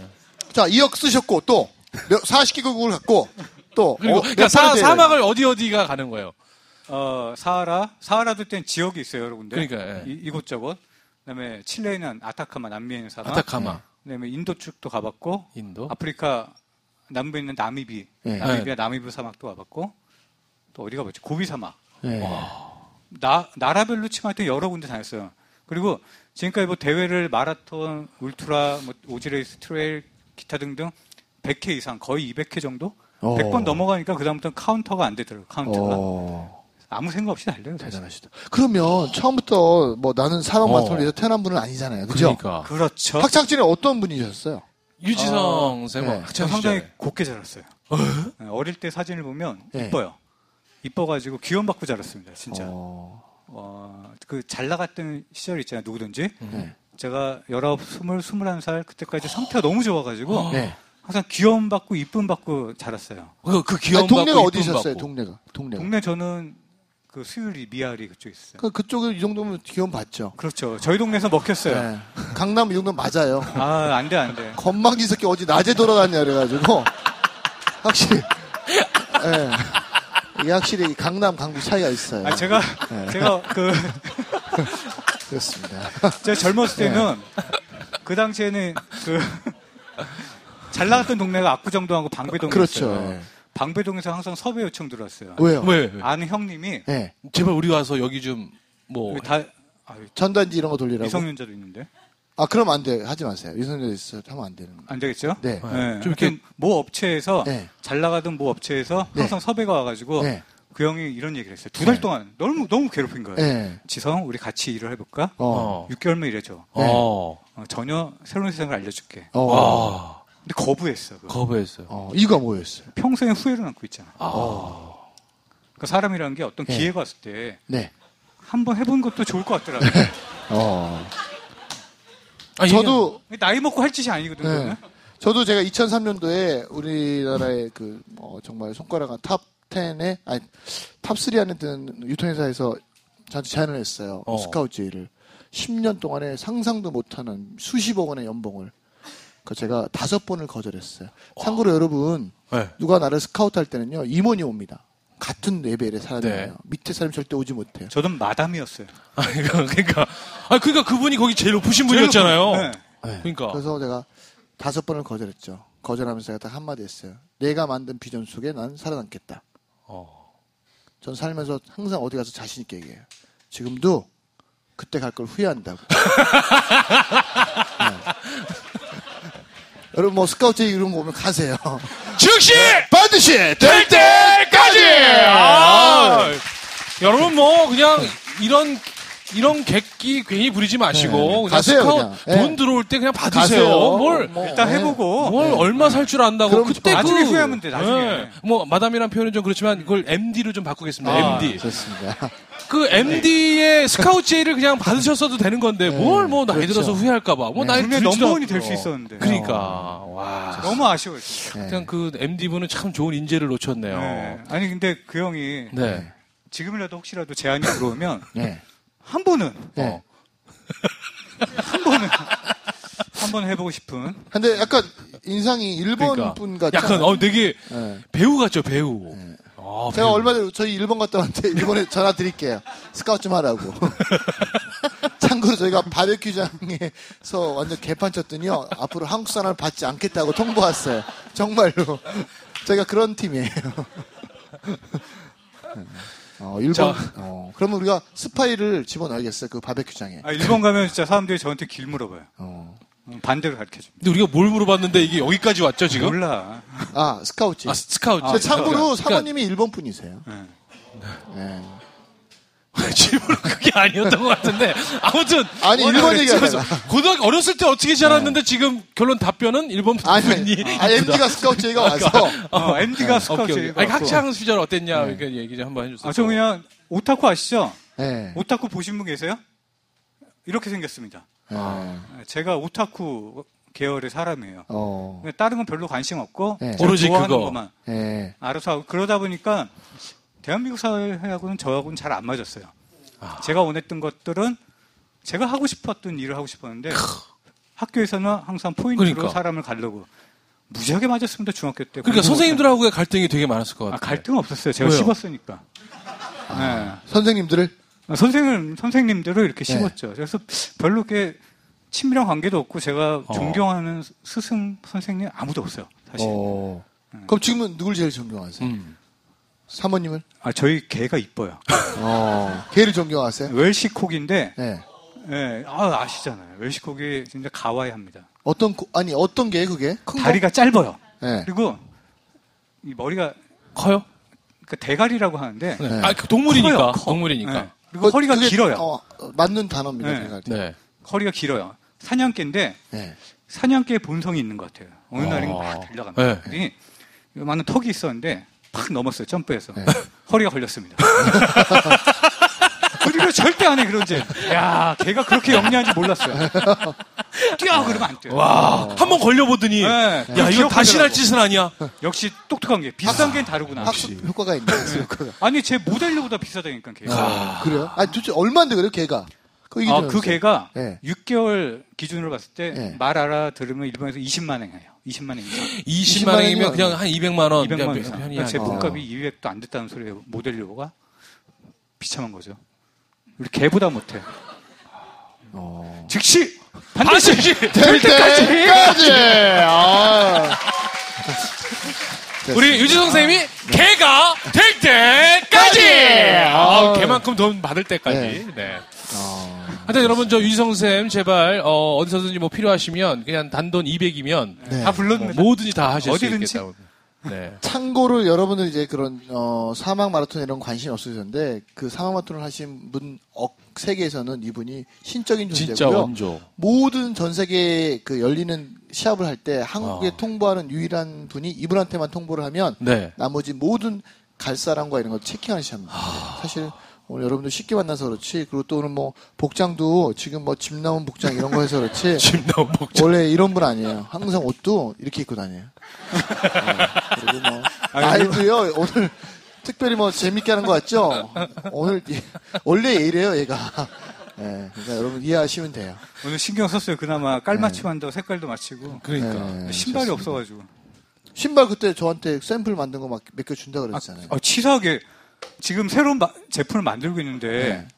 S1: 자, 2억 쓰셨고, 또, 40개국을 갖고, 또,
S2: 그리고
S1: 어,
S2: 그러니까
S1: 몇
S2: 사,
S1: 번의 대회를-
S2: 사막을 어디 어디가 가는 거예요?
S3: 어, 사하라. 사하라도 땐 지역이 있어요, 여러분들.
S2: 그러니까, 예.
S3: 이, 이곳저곳. 그다음에 칠레에는 아타카마 남미에 있는 사막.
S2: 아타카마.
S3: 그다음에 인도 쪽도 가봤고.
S2: 인도?
S3: 아프리카 남부에 있는 나미비.
S1: 예.
S3: 나미비아 나미브 사막도 가봤고. 또 어디 가봤죠? 고비 사막.
S1: 예.
S3: 나, 나라별로 치면 하여튼 여러 군데 다녔어요. 그리고 지금까지 뭐 대회를 마라톤, 울트라, 뭐 오지레이스, 트레일, 기타 등등 100회 이상 거의 200회 정도?
S1: 어.
S3: 100번 넘어가니까 그다음부터는 카운터가 안 되더라고요. 카운터가.
S1: 어,
S3: 아무 생각 없이 달려요. 사실.
S1: 대단하시다. 그러면, 처음부터, 뭐, 나는 사막
S2: 어.
S1: 마라톤을 위해서 태어난 분은 아니잖아요. 그죠?
S2: 그러니까.
S3: 그렇죠.
S1: 학창진에 어떤 분이셨어요?
S2: 유지성 쌤,
S1: 네.
S2: 학창
S3: 저 상당히
S2: 시절에.
S3: 곱게 자랐어요. 네, 어릴 때 사진을 보면
S1: 예.
S3: 이뻐요. 이뻐가지고 귀염받고 자랐습니다. 진짜.
S1: 어,
S3: 어, 그 잘 나갔던 시절 있잖아요. 누구든지.
S1: 네.
S3: 제가 19, 20, 21살 그때까지 상태가 너무 좋아가지고
S1: 네.
S3: 항상 귀염받고 이쁨받고 자랐어요.
S2: 그, 그 귀여운
S1: 아니, 동네가
S2: 받고 이쁨
S1: 어디셨어요,
S2: 받고.
S1: 동네가? 동네가.
S3: 동네 저는 그 수유리, 미아리 그쪽에 있어요.
S1: 그, 그쪽에 이 정도면 기운 받죠.
S3: 그렇죠. 저희 동네에서 먹혔어요.
S1: 네. 강남 이 정도 맞아요.
S3: 아, 안 돼, 안 돼.
S1: 건망이 새끼 어제 낮에 돌아다녀 그래가지고 확실히 예. 이게 확실히 강남 강북 차이가 있어요.
S3: 아, 제가,
S1: 네.
S3: 제가 그,
S1: 그렇습니다.
S3: 제가 젊었을
S1: 네.
S3: 때는 그 당시에는 그 잘 나갔던 동네가 압구정동하고 방배동이었어요. 네.
S1: 그렇죠. 예.
S3: 방배동에서 항상 섭외
S1: 뭐
S3: 요청 들었어요.
S1: 왜요?
S2: 왜, 왜?
S3: 아는 형님이
S1: 예.
S2: 제발 우리 와서 여기 좀 뭐.
S3: 그 다 아유,
S1: 전단지 이런 거 돌리라고.
S3: 미성년자도 있는데
S1: 아 그럼 안 돼. 하지 마세요. 유성년 있어 하면 안 되는.
S3: 안 되겠죠?
S1: 네.
S3: 네.
S2: 좀
S3: 좀
S2: 이렇게-
S3: 이렇게 모 업체에서
S1: 네.
S3: 잘 나가던 모 업체에서
S1: 네.
S3: 항상 섭외가 와가지고
S1: 네.
S3: 그 형이 이런 얘기를 했어요. 두 달
S1: 네.
S3: 동안 너무 너무 괴롭힌 거예요.
S1: 네.
S3: 지성, 우리 같이 일을 해볼까?
S2: 어.
S1: 어.
S3: 6개월만 일해줘.
S1: 네.
S2: 어.
S3: 어, 전혀 새로운 세상을 알려줄게.
S1: 어.
S2: 와.
S3: 근데 거부했어. 그거.
S2: 거부했어요.
S1: 어, 이유가 뭐였어요?
S3: 평소에 후회를 안고 있잖아.
S2: 아.
S3: 그러니까 사람이라는 게 어떤
S1: 네.
S3: 기회가 왔을 때
S1: 네.
S3: 한번 해본 것도 좋을 것 같더라고요.
S1: 어.
S2: 아니,
S1: 저도
S3: 나이 먹고 할 짓이 아니거든요.
S1: 네.
S3: 그거는.
S1: 저도 제가 2003년도에 우리나라의 그 어, 정말 손가락한 탑 10에 아니 탑3 안에 드는 유통회사에서 저한테 제안을 했어요.
S2: 어.
S1: 스카우트 제의를 10년 동안에 상상도 못하는 수십억 원의 연봉을 그 제가 다섯 번을 거절했어요. 참고로 여러분
S2: 그냥- 네.
S1: 누가 나를 스카우트 할 때는요 임원이 옵니다. 같은 레벨의 사람이에요.
S2: 네.
S1: 밑에 사람이 절대 오지 못해요.
S3: 저도 마담이었어요.
S2: 아, 그러니까, 그러니까, 아, 그러니까 그분이 거기 제일 높으신 분이었잖아요.
S3: 네.
S2: 그러니까.
S1: 그래서 제가 다섯 번을 거절했죠. 거절하면서 제가 딱 한마디 했어요. 내가 만든 비전 속에 난 살아남겠다.
S2: 어.
S1: 전 살면서 항상 어디 가서 자신 있게 얘기해요. 지금도 그때 갈 걸 후회한다고. 네. 여러분 뭐 스카우트 이런 거 오면 가세요.
S2: 즉시!
S1: 반드시 될 때까지.
S2: 아! 여러분 뭐 그냥 이런 이런 객기 괜히 부리지 마시고
S1: 네,
S2: 그냥
S1: 가세요,
S2: 스카우-
S1: 그냥. 네.
S2: 돈 들어올 때 그냥 받으세요.
S1: 가세요.
S2: 뭘
S1: 뭐,
S3: 일단
S1: 네.
S3: 해보고
S2: 뭘 얼마 살 줄 안다고
S1: 그럼
S2: 그때
S3: 나중에
S2: 그-
S3: 후회하면 돼, 나중에.
S2: 뭐 마담이란 표현은 좀 그렇지만 그걸 MD로 좀 바꾸겠습니다.
S3: 아.
S2: MD.
S1: 네, 좋습니다.
S2: 그 MD의 스카우트 제의를 그냥 받으셨어도 되는 건데 뭘 뭐 나이
S1: 그렇죠.
S2: 들어서 후회할까 봐. 뭐 나이
S3: 분명히
S2: 들지도
S3: 넘버원이
S2: 않고.
S3: 될 수 있었는데.
S2: 그러니까 와.
S3: 너무 아쉬워요. 진짜.
S1: 네.
S2: 그냥 그 MD 분은 참 좋은 인재를 놓쳤네요.
S3: 네. 아니 근데 그 형이
S2: 네.
S3: 지금이라도 혹시라도 제안이 들어오면
S1: 네.
S3: 한 번은
S1: 네.
S2: 어.
S3: 한 번은 한 번 해보고 싶은
S1: 근데 약간 인상이 일본
S2: 그러니까
S1: 분 같지
S2: 약간
S1: 않아요?
S2: 어 되게
S1: 네.
S2: 배우 같죠 배우. 아,
S1: 어, 제가
S2: 배우.
S1: 얼마 전에 저희 일본 갔다 왔는데 일본에 전화 드릴게요. 스카우트 좀 하라고. 참고로 저희가 바베큐장에서 완전 개판 쳤더니요. 앞으로 한국 사람을 받지 않겠다고 통보 왔어요. 정말로. 저희가 그런 팀이에요. 어, 일본.
S2: 자.
S1: 어, 그러면 우리가 스파이를 집어넣어야겠어요. 그 바베큐장에.
S3: 아, 일본 가면 진짜 사람들이 저한테 길 물어봐요.
S1: 어.
S3: 음, 반대로 가르쳐 줍니다.
S2: 근데 우리가 뭘 물어봤는데 이게 여기까지 왔죠 지금?
S3: 몰라.
S1: 아, 스카우트.
S2: 아 스카우트.
S1: 근데 참고로
S2: 그러니까
S1: 사모님이 일본 분이세요.
S3: 네.
S1: 예.
S2: 질문은 그게 아니었던 것 같은데 아무튼
S1: 아니,
S2: 뭐라
S1: 일본
S2: 그랬지?
S1: 얘기하다가.
S2: 그래서 고등학교 어렸을 때 어떻게 자랐는데 지금 결론 답변은 일본
S1: 아니,
S2: 분이 그러니까,
S1: 아, MD가 스카우트 제의가 와서.
S3: 어, MD가 스카우트.
S2: 아니 학창 시절 어땠냐 그러니까 얘기 좀 한번 해주세요.
S3: 네. 아, 저 그냥 오타쿠 아시죠?
S1: 예.
S3: 오타쿠 보신 분 계세요? 이렇게 생겼습니다.
S1: 예.
S3: 제가 오타쿠 계열의 사람이에요.
S1: 어.
S3: 다른 건 별로 관심 없고
S1: 네.
S3: 제가
S2: 오로지
S3: 좋아하는
S2: 그거.
S3: 것만
S1: 예.
S3: 알아서 하고 그러다 보니까 대한민국 사회하고는 저하고는 잘 안 맞았어요.
S2: 아.
S3: 제가 원했던 것들은 제가 하고 싶었던 일을 하고 싶었는데 학교에서는 항상 포인트로
S2: 그러니까.
S3: 사람을 가려고 무지하게 맞았습니다 중학교 때.
S2: 그러니까
S3: 공부
S2: 선생님들하고의 갈등이 되게 많았을 것
S3: 못해. 아,
S2: 같아요.
S3: 갈등 없었어요. 제가
S2: 왜요? 아.
S3: 씹었으니까.
S1: 선생님들을
S3: 네. 선생님 선생님들을 이렇게
S1: 네.
S3: 씹었죠. 그래서 별로 게 친밀한 관계도 없고 제가
S2: 어.
S3: 존경하는 스승 선생님 아무도 없어요 사실.
S1: 어. 그럼 지금은 누굴 제일 존경하세요?
S2: 음.
S1: 사모님을?
S3: 아 저희 개가 이뻐요.
S1: 어. 걔를 존경하세요?
S3: 웰시콕인데
S1: 네.
S3: 예, 아, 아시잖아요. 웰시콕이 진짜 가와이합니다.
S1: 어떤 고- 아니 어떤 게 그게? 큰 거?
S3: 다리가 짧아요.
S1: 네.
S3: 그리고 이 머리가
S2: 커요?
S3: 그 대가리라고 하는데
S2: 네. 그러니까.
S1: 네.
S2: 아 그 동물이니까
S3: 커요, 커. 예,
S2: 동물이니까.
S3: 그리고 허리가
S1: 그게-
S3: 길어요.
S1: 어, 어, 맞는 단어입니다.
S3: 네.
S1: 제가.
S2: 네.
S1: 네.
S3: 허리가 길어요. 사냥개인데
S1: 네.
S3: 사냥개의 본성이 있는 것 같아요. 어느
S2: 아.
S3: 날은 막 달려갑니다. 네. 많은 턱이 있었는데 팍 넘었어요. 점프해서
S1: 네.
S3: 허리가 걸렸습니다. 그리고 절대 안 해 그런 짓. 야, 걔가 그렇게 영리한지 몰랐어요. 뛰어 그러면 안 뛰어.
S2: 와, 한 번 걸려보더니,
S3: 아. 네.
S2: 야, 이거 다시
S3: 기억하더라고.
S2: 할 짓은 아니야.
S3: 역시 똑똑한 게 비싼 게 다르구나.
S1: 학습 효과가 있네. 학습 효과가.
S3: 아니 제 모델료보다 비싸다니까 걔. 가
S1: 그래요? 아니 도대체 얼마인데 그래요? 걔가? 그 얘기 좀
S3: 아, 그
S1: 해보세요.
S3: 걔가
S1: 네.
S3: 6개월 기준으로 봤을 때
S1: 네.
S3: 말 알아 들으면 일본에서 20만 원 해요. 20만 원 이상.
S2: 20만 원이면
S1: 원이면
S2: 그냥 한 200만 원.
S3: 200만 원
S2: 그냥
S3: 이상.
S2: 편이야.
S3: 그러니까 제
S1: 어.
S3: 몸값이 200도 안 됐다는 소리예요. 모델료가 비참한 거죠. 우리 걔보다 못해.
S1: 어.
S3: 즉시 반드시
S2: 반드시!
S1: 될 때까지. 아.
S2: 우리 유지 선생님이
S3: 네.
S2: 개가 될 때까지! 아, 개만큼 돈 받을 때까지. 네.
S3: 어.
S2: 하여튼 여러분 저 유지성 쌤 제발 어, 어디서든지 뭐 필요하시면 그냥 단돈 200이면
S1: 네.
S3: 다 불러줍니다.
S2: 뭐든지 다 하실
S3: 어디든지.
S2: 수 있겠다고. 네.
S1: 참고로 여러분들 이제 그런 어, 사막 마라톤 이런 관심 이 없으셨는데 그 사막 마라톤을 하신 분 억, 세계에서는 이분이 신적인
S2: 진짜
S1: 존재고요.
S2: 원조.
S1: 모든 전 세계 그 열리는 시합을 할 때 한국에
S2: 아.
S1: 통보하는 유일한 분이 이분한테만 통보를 하면
S2: 네.
S1: 나머지 모든 갈 사람과 이런 걸 체킹하는 시합입니다.
S2: 아.
S1: 사실 오늘 여러분들 쉽게 만나서 그렇지 그리고 또 오늘 뭐 복장도 지금 뭐 집 나온 복장 이런 거 해서 그렇지
S2: 집 나온 복장.
S1: 원래 이런 분 아니에요. 항상 옷도 이렇게 입고 다녀요. 네. 그리고 뭐 아이도요 오늘 특별히 뭐 재밌게 하는 것 같죠? 오늘 이- 원래 이래요 얘가. 네, 그러니까 여러분 이해하시면 돼요.
S3: 오늘 신경 썼어요. 그나마 깔맞춤 한다고 색깔도 맞추고.
S2: 그러니까.
S1: 네,
S3: 신발이
S1: 좋습니다.
S3: 없어가지고.
S1: 신발 그때 저한테 샘플 만든 거 막 몇 개 준다 그랬잖아요.
S3: 아, 치사하게 지금 새로운 마- 제품을 만들고 있는데
S1: 네.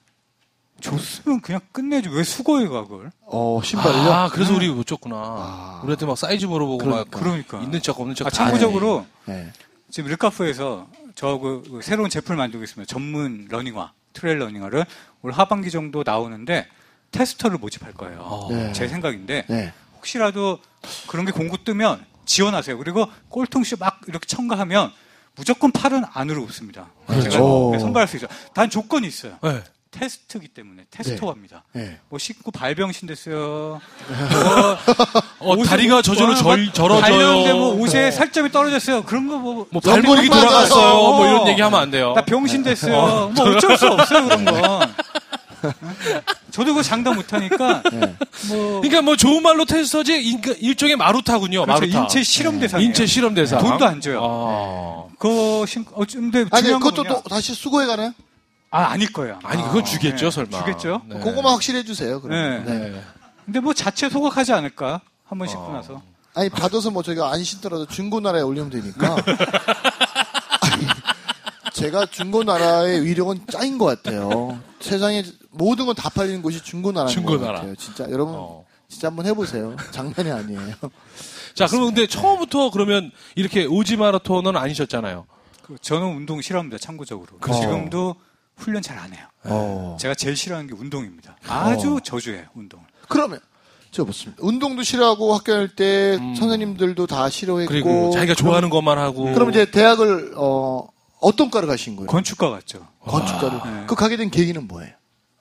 S3: 줬으면 그냥 끝내지 왜 수거해 가 그걸?
S1: 어 신발요?
S2: 아, 그래서 우리 못 줬구나. 우리한테 막 사이즈 물어보고 막
S3: 그러니까.
S2: 있는 척 없는 척.
S3: 아,
S2: 다
S3: 참고적으로
S1: 네.
S3: 지금 르카프에서 저하고 그 새로운 제품을 만들고 있습니다. 전문 러닝화, 트레일 러닝화를 올 하반기 정도 나오는데 테스터를 모집할 거예요.
S2: 아.
S1: 네.
S3: 제 생각인데
S1: 네.
S3: 혹시라도 그런 게 공고 뜨면 지원하세요. 그리고 꼴통쇼 막 이렇게 첨가하면 무조건 팔은 안으로 없습니다.
S1: 그렇죠.
S3: 제가 네, 선발할 수 있어요. 단 조건이 있어요.
S2: 해요. 네.
S3: 테스트기 때문에 테스터화입니다.
S1: 네.
S3: 뭐 식구 발병신 됐어요.
S2: 어,
S3: 옷에
S2: 다리가
S3: 뭐-
S2: 저절로 절,
S3: 관련된
S2: 절어져요.
S3: 뭐
S1: 네.
S3: 옷에 살점이 떨어졌어요. 그런 거 뭐.
S2: 뭐 발목이
S1: 맞아요.
S2: 돌아갔어요. 뭐 이런 얘기 하면 안 돼요.
S3: 나 병신 됐어요. 뭐 어쩔 수 없어요 그런
S2: 네.
S3: 건. 저도 그거 장담 못하니까 뭐
S2: 그러니까 뭐 좋은 말로 테스터지 인- 일종의 어, 마루타군요.
S3: 그렇죠.
S2: 마루타.
S3: 인체 실험 대상.
S2: 인체 실험 대상.
S3: 돈도 안 줘요.
S2: 아,
S3: 그거 신 어, 근데
S1: 아니 네,
S3: 중요한
S1: 그것도
S3: 건 뭐냐?
S1: 또 다시 수고해 가나요?
S3: 아 아닐 거예요. 아마.
S2: 아니 그건 주겠죠
S3: 네.
S2: 설마.
S3: 주겠죠.
S2: 네.
S1: 그거만 확실해 히 주세요. 그러면.
S3: 네.
S1: 네.
S3: 근데 뭐 자체 소각하지 않을까
S2: 어.
S3: 한번 씻고 나서.
S1: 아니 받아서 뭐 저희가 안 신더라도 중고 나라에 올리면 되니까. 아니, 제가 중고 나라의 위력은 짱인 것 같아요. 세상에 모든 건 다 팔리는 곳이 중고 나라인 것
S2: 중고나라.
S1: 같아요. 진짜 여러분
S2: 어.
S1: 진짜 한번 해보세요. 장난이 아니에요.
S2: 자, 그러면 근데 처음부터 그러면 이렇게 오지 마라톤은 아니셨잖아요.
S3: 그 저는 운동 싫어합니다. 참고적으로.
S2: 그렇죠.
S3: 지금도 훈련 잘 안 해요. 제가 제일 싫어하는 게 운동입니다. 아주 저주해요 운동을.
S1: 네. 그러면 저 묻습니다. 운동도 싫어하고 학교 할 때 선생님들도 다 싫어했고
S2: 음. 그리고 자기가 좋아하는 것만 하고.
S1: 그럼 이제 대학을 어, 어떤 과를 가신 거예요?
S3: 건축가 같죠.
S1: 건축가를.
S2: 아.
S3: 네.
S1: 그 가게 된 계기는 뭐예요?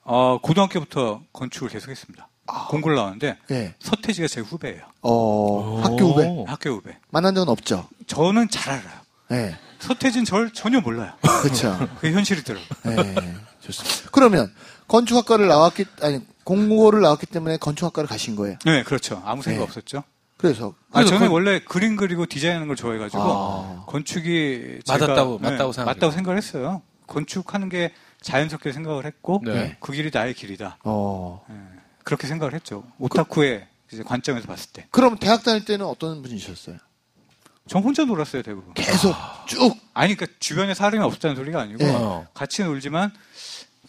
S3: 아, 고등학교부터 건축을 계속했습니다.
S2: 아.
S3: 공고를 나왔는데
S1: 예.
S3: 서태지가 제 후배예요.
S1: 어, 학교 후배.
S2: 오.
S3: 학교 후배.
S1: 만난 적은 없죠.
S3: 저는 잘 알아요.
S1: 예.
S3: 서태진 절 전혀 몰라요.
S1: 그렇죠.
S3: 그게 현실이더라고요.
S1: 예. 좋습니다. 그러면 건축학과를 나왔기 아니 공고를 나왔기 때문에 건축학과를 가신 거예요.
S3: 네, 그렇죠. 아무 생각
S1: 네.
S3: 없었죠.
S1: 그래서
S3: 아, 저는
S1: 건-
S3: 원래 그림 그리고 디자인하는 걸 좋아해가지고
S1: 아.
S3: 건축이 네,
S2: 맞았다고- 맞다고 생각해요.
S3: 맞다고 생각을 했어요. 건축하는 게 자연스럽게 생각을 했고
S2: 네.
S3: 그 길이 나의 길이다.
S1: 어.
S3: 그렇게 생각을 했죠. 오타쿠의 이제 관점에서 봤을 때.
S1: 그럼 대학 다닐 때는 어떤 분이셨어요?
S3: 전 혼자 놀았어요 대부분.
S1: 계속 쭉
S3: 아니 그러니까 주변에 사람이 없다는 소리가 아니고
S1: 네.
S2: 어.
S3: 같이 놀지만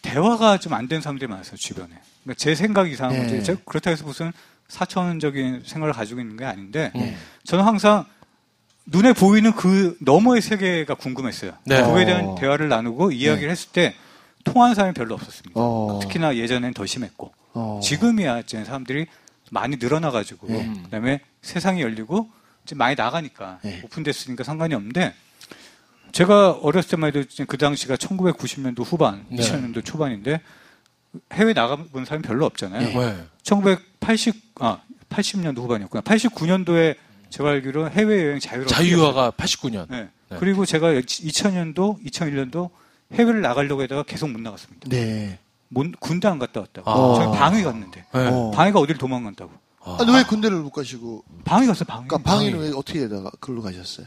S3: 대화가 좀 안 되는 사람들이 많았어요 주변에. 그러니까 제 생각 이상한
S1: 네.
S3: 문제. 제가 그렇다고 해서 무슨 사천적인 생각을 가지고 있는 게 아닌데
S1: 네.
S3: 저는 항상 눈에 보이는 그 너머의 세계가 궁금했어요.
S2: 네.
S3: 그거에
S1: 어.
S3: 대한 대화를 나누고 이야기를 했을 때 통하는 사람이 별로 없었습니다.
S1: 어.
S3: 특히나 예전엔 더 심했고
S1: 어.
S3: 지금이야 이제 사람들이 많이 늘어나가지고
S1: 네.
S2: 예.
S3: 그다음에 세상이 열리고 이제 많이 나가니까
S2: 예.
S1: 네.
S3: 오픈됐으니까 상관이 없는데 제가 어렸을 때만 해도 이제 그 당시가 1990년도 후반,
S2: 네.
S3: 2000년도 초반인데 해외 나가본 사람이 별로 없잖아요.
S2: 네.
S3: 1980, 아, 80년도 후반이었구나. 89년도에 제가 알기로 해외여행 자유로.
S2: 자유화가 89년.
S3: 네.
S2: 네.
S3: 그리고 제가 2000년도, 2001년도 해외를 나가려고 하다가 계속 못 나갔습니다.
S1: 네.
S3: 못- 군대 안 갔다 왔다고.
S2: 아.
S3: 저는 방위 갔는데.
S2: 네.
S1: 어.
S3: 방위가 어딜 도망간다고.
S1: 아, 근데 왜 군대를 못 가시고
S3: 방위 갔어요, 방위.
S1: 그러니까 방위는 왜 어떻게 되다가 글로 가셨어요?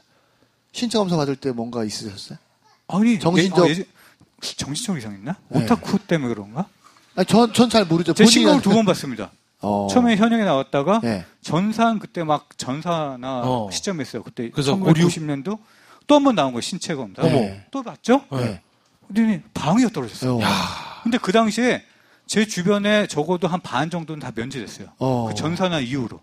S1: 신체 검사 받을 때 뭔가 있으셨어요?
S3: 아니,
S1: 정신적-
S3: 예- 아, 예전- 정신적 이상했나?
S1: 네.
S3: 오타쿠 때문에 뭐 그런가?
S1: 아니, 전, 전 잘 모르죠.
S3: 제
S1: 본인이
S3: 신곡을
S1: 알-
S3: 두 번 봤습니다.
S1: 어.
S3: 처음에 현역에 나왔다가
S1: 네.
S3: 전산 그때 막 전사나
S2: 어.
S3: 시점했어요. 그때
S2: 그래서
S3: 1990년도 또 한 번 나온 거예요. 신체 검사.
S1: 어머.
S3: 또 봤죠?
S1: 네.
S3: 근데 방위가 떨어졌어요.
S1: 어.
S3: 근데 그 당시에 제 주변에 적어도 한 반 정도는 다 면제됐어요.
S1: 어. 네.
S3: 그 전사나 이후로.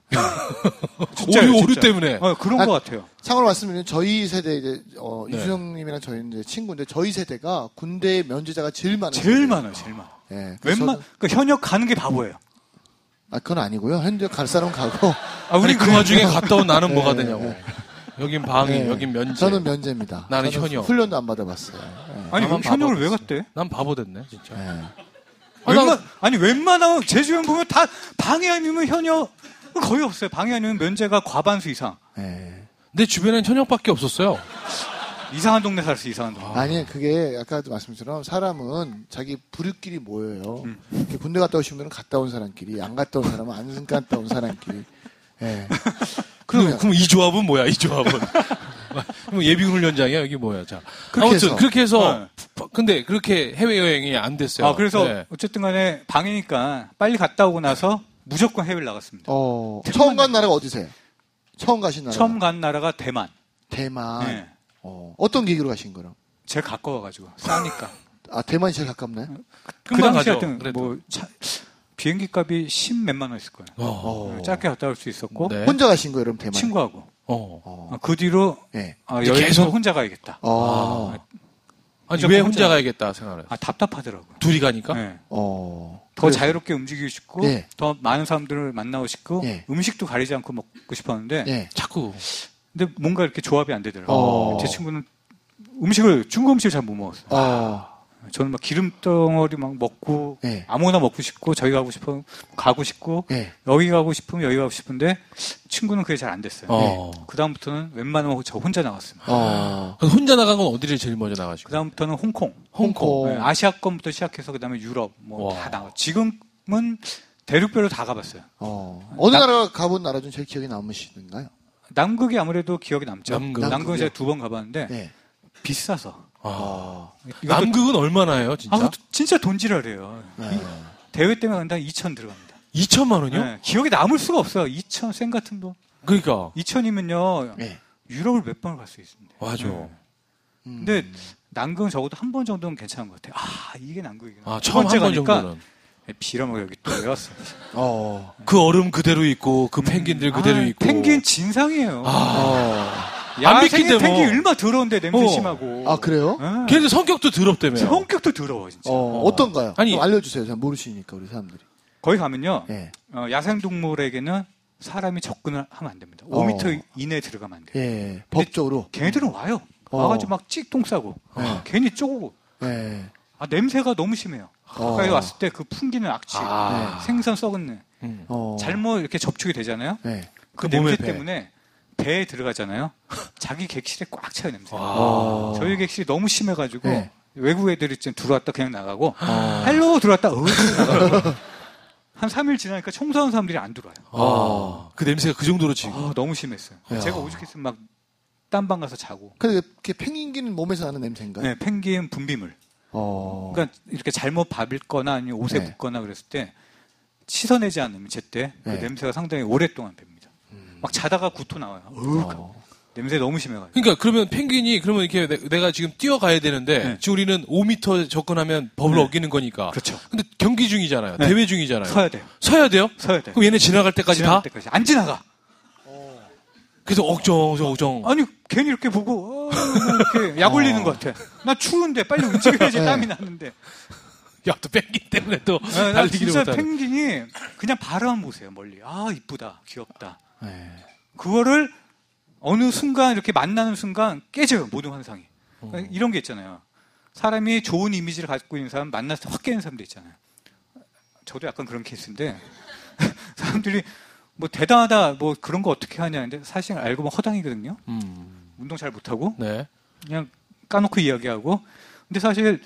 S3: 진짜예요,
S2: 오류 오류
S3: 진짜.
S2: 때문에.
S3: 어, 그런
S1: 아,
S3: 것 같아요.
S1: 상으로 말씀드리면 저희 세대 이제 어,
S2: 네.
S1: 이수영님이랑 저희 이제 친구인데 저희 세대가 군대 면제자가 제일 많은
S3: 제일
S1: 세대예요.
S3: 많아요, 제일 많아.
S1: 예, 그래서-
S3: 웬만, 그 현역 가는 게 바보예요.
S1: 아 그건 아니고요. 현재 갈 사람 가고
S2: 아, 우린 그 와중에 갔다 온 나는 뭐가
S1: 네,
S2: 되냐고. 여긴 방임,
S3: 네.
S1: 예.
S2: 여긴 면제.
S1: 저는 면제입니다.
S2: 나는
S1: 저는
S2: 현역.
S1: 훈련도 안 받아봤어요.
S3: 아니,
S2: 나만
S3: 왜 현역을
S2: 바보
S3: 왜 갔대?
S2: 난 바보 됐네, 진짜.
S1: 예, 예.
S2: 아니, 나-
S3: 웬만, 아니, 웬만하면, 제 주변 보면 다 방해 아니면 현역 거의 없어요. 방해 아니면 면제가 과반수 이상.
S1: 예.
S2: 내 주변엔 현역밖에 없었어요.
S3: 이상한 동네 살았어, 이상한 동네.
S1: 아니 그게 아까도 말씀처럼 사람은 자기 부류끼리 모여요.
S2: 음.
S1: 이렇게 군대 갔다 오신 분은 갔다 온 사람끼리, 안 갔다 온 사람은 안 갔다 온 사람끼리. 예.
S3: 네.
S2: 그럼, 그럼 이 조합은 뭐야, 이 조합은? 그럼 예비군 훈련장이야, 여기 뭐야, 자.
S1: 그렇게
S2: 아무튼,
S1: 해서.
S2: 그렇게 해서,
S3: 네.
S2: 부- 근데 그렇게 해외여행이 안 됐어요.
S3: 아, 그래서
S2: 네.
S3: 어쨌든 간에 방해니까 빨리 갔다 오고 나서 무조건 해외를 나갔습니다.
S1: 어, 처음 간 나라가 어디세요? 처음 가신 나라?
S3: 처음 간 나라가 대만.
S1: 대만.
S2: 네.
S3: 예.
S1: 어, 어떤 계기로 가신 거랑?
S3: 제일 가까워가지고. 싸니까.
S1: 아 대만이 제일 가깝네.
S3: 그
S2: 금방
S3: 당시
S2: 가죠,
S3: 하여튼
S2: 그래도.
S3: 뭐 차- 비행기 값이 10몇만 원 있을 거예요.
S2: 어,
S1: 어.
S3: 짧게 갔다 올 수 있었고
S2: 네.
S1: 혼자 가신 거예요, 그럼 대만?
S3: 친구하고
S2: 어.
S1: 어.
S3: 아, 그 뒤로
S1: 예.
S3: 아,
S2: 이제
S3: 여행은
S2: 계속-
S3: 혼자 가야겠다.
S1: 어.
S2: 아니,
S3: 혼자
S2: 왜
S3: 혼자.
S2: 혼자 가야겠다 생각을 했어.
S3: 아, 답답하더라고요.
S2: 둘이 가니까?
S3: 네.
S1: 어.
S3: 더
S1: 그래서-
S3: 자유롭게 움직이고 싶고
S1: 네.
S3: 더 많은 사람들을 만나고 싶고
S1: 네.
S3: 음식도 가리지 않고 먹고 싶었는데
S1: 예.
S2: 자꾸.
S3: 근데 뭔가 이렇게 조합이 안 되더라고요.
S1: 어.
S3: 제 친구는 음식을 중국 음식을 잘 못 먹었어요.
S1: 어.
S3: 저는 막 기름 덩어리 막 먹고
S1: 네.
S3: 아무거나 먹고 싶고 저기 가고 싶으면 가고 싶고
S1: 예.
S3: 여기 가고 싶으면 여기 가고 싶은데 친구는 그게 잘 안 됐어요.
S2: 어.
S3: 그 다음부터는 웬만하면 저 혼자 나갔습니다.
S1: 어.
S2: 그럼 혼자 나간 건 어디를 제일 먼저 나가시고?
S3: 그 다음부터는 홍콩,
S1: 홍콩.
S3: 네, 아시아권부터 시작해서 그 다음에 유럽 뭐
S2: 와.
S3: 다 나가. 지금은 대륙별로 다 가봤어요.
S1: 어. 어느 나라 가본 나라 중 제일 기억에 남으시는가요?
S3: 남극이 아무래도 기억이 남죠.
S2: 남극. 네.
S3: 은 제가 두 번 가봤는데
S1: 예.
S3: 비싸서.
S1: 어.
S3: 이것도-
S2: 아. 남극은 얼마나 해요,
S3: 아,
S2: 진짜?
S3: 그것도 진짜 돈지랄이에요.
S1: 네.
S3: 대회 때문에 간다 2천 들어갑니다.
S2: 2천만 원이요?
S3: 네, 기억에 남을 수가 없어요. 2천 생 같은 돈.
S2: 그러니까.
S3: 2천이면요
S1: 예.
S3: 유럽을 몇 번을 갈 수 있습니다.
S2: 네. 맞아.
S3: 네.
S1: 음.
S3: 근데 남극은 적어도 한 번 정도는 괜찮은 것 같아요. 아 이게 남극이구나.
S2: 아,
S3: 첫
S2: 처음
S3: 번째
S2: 한 번
S3: 가니까 네,
S2: 정도는.
S3: 빌어먹 여기 또 외웠어.
S1: 어.
S2: 그 얼음 그대로 있고, 그 펭귄들 그대로
S3: 아,
S2: 있고. 아,
S3: 펭귄 진상이에요.
S1: 어.
S2: 안
S3: 야생의
S2: 믿긴데 뭐.
S3: 펭귄 얼마 더러운데 냄새
S2: 어.
S3: 심하고.
S1: 아 그래요?
S3: 예.
S2: 걔네들 성격도 더럽다며.
S3: 성격도 더러워 진짜.
S1: 어. 어떤가요?
S2: 아니-
S1: 좀 알려주세요. 잘 모르시니까 우리 사람들이.
S3: 거기 가면요
S2: 네.
S1: 예.
S3: 어, 야생 동물에게는 사람이 접근을 하면 안 됩니다.
S1: 어.
S3: 5m 이내에 들어가면 안 돼요.
S1: 예. 법적으로.
S3: 걔네들은 와요.
S1: 어.
S3: 와가지고 막 찍똥 싸고 아,
S1: 네.
S3: 괜히 쪼고
S1: 예.
S3: 아, 냄새가 너무 심해요. 가까이
S1: 어.
S3: 왔을 때 그 풍기는 악취, 네.
S2: 아.
S3: 생선 썩은 내
S2: 음.
S1: 어.
S3: 잘못 이렇게 접촉이 되잖아요.
S1: 예.
S3: 그
S2: 몸에
S3: 냄새
S2: 배.
S3: 때문에 배에 들어가잖아요. 자기 객실에 꽉 차요 냄새.
S2: 와.
S3: 저희 객실이 너무 심해가지고
S1: 네.
S3: 외국 애들이 지금 들어왔다 그냥 나가고 헬로 들어왔다 어이 나가고 한 3일 지나니까 청소하는 사람들이 안 들어와요.
S2: 아. 그 냄새가 그 정도로 지금.
S3: 아, 너무 심했어요.
S1: 야.
S3: 제가 오죽했으면 막 딴방 가서 자고.
S1: 근데 그게 펭귄기는 몸에서 나는 냄새인가요?
S3: 네, 펭귄 분비물.
S1: 어.
S3: 그러니까 이렇게 잘못 밥을 거나 아니면 옷에
S1: 네.
S3: 묻거나 그랬을 때 씻어내지 않으면 제때 그
S1: 네.
S3: 냄새가 상당히 오랫동안 뱁니다. 막 자다가 구토 나와요. 으윽. 냄새 너무 심해가지고.
S2: 그러니까 그러면 펭귄이 그러면 이렇게 내- 내가 지금 뛰어가야 되는데
S3: 네.
S2: 지금 우리는 5m 접근하면 법을 어기는 거니까.
S3: 그렇죠.
S2: 근데 경기 중이잖아요.
S3: 네.
S2: 대회 중이잖아요.
S3: 서야 돼요.
S2: 서야 돼요?
S3: 서야 돼요.
S2: 그럼 얘네 지나갈 때까지
S3: 지나갈
S2: 다?
S3: 때까지 안 지나가.
S2: 그래서 억정, 억정.
S3: 아니 괜히 이렇게 보고 어, 이렇게 약 올리는 것 같아. 나 추운데 빨리 움직여야지
S1: 네.
S3: 땀이 나는데.
S2: 야, 또 펭귄 때문에 또
S3: 아, 나
S2: 달리기를
S3: 진짜
S2: 못하네.
S3: 펭귄이 그냥 바라만 보세요 멀리. 아 이쁘다, 귀엽다.
S1: 예.
S3: 네. 그거를 어느 순간 이렇게 만나는 순간 깨져요 모든 환상이. 그러니까 이런 게 있잖아요. 사람이 좋은 이미지를 갖고 있는 사람 만났을 때 확 깨는 사람도 있잖아요. 저도 약간 그런 케이스인데 사람들이 뭐 대단하다 뭐 그런 거 어떻게 하냐는데 사실 알고 보면 허당이거든요.
S2: 음.
S3: 운동 잘 못하고
S2: 네.
S3: 그냥 까놓고 이야기하고. 근데 사실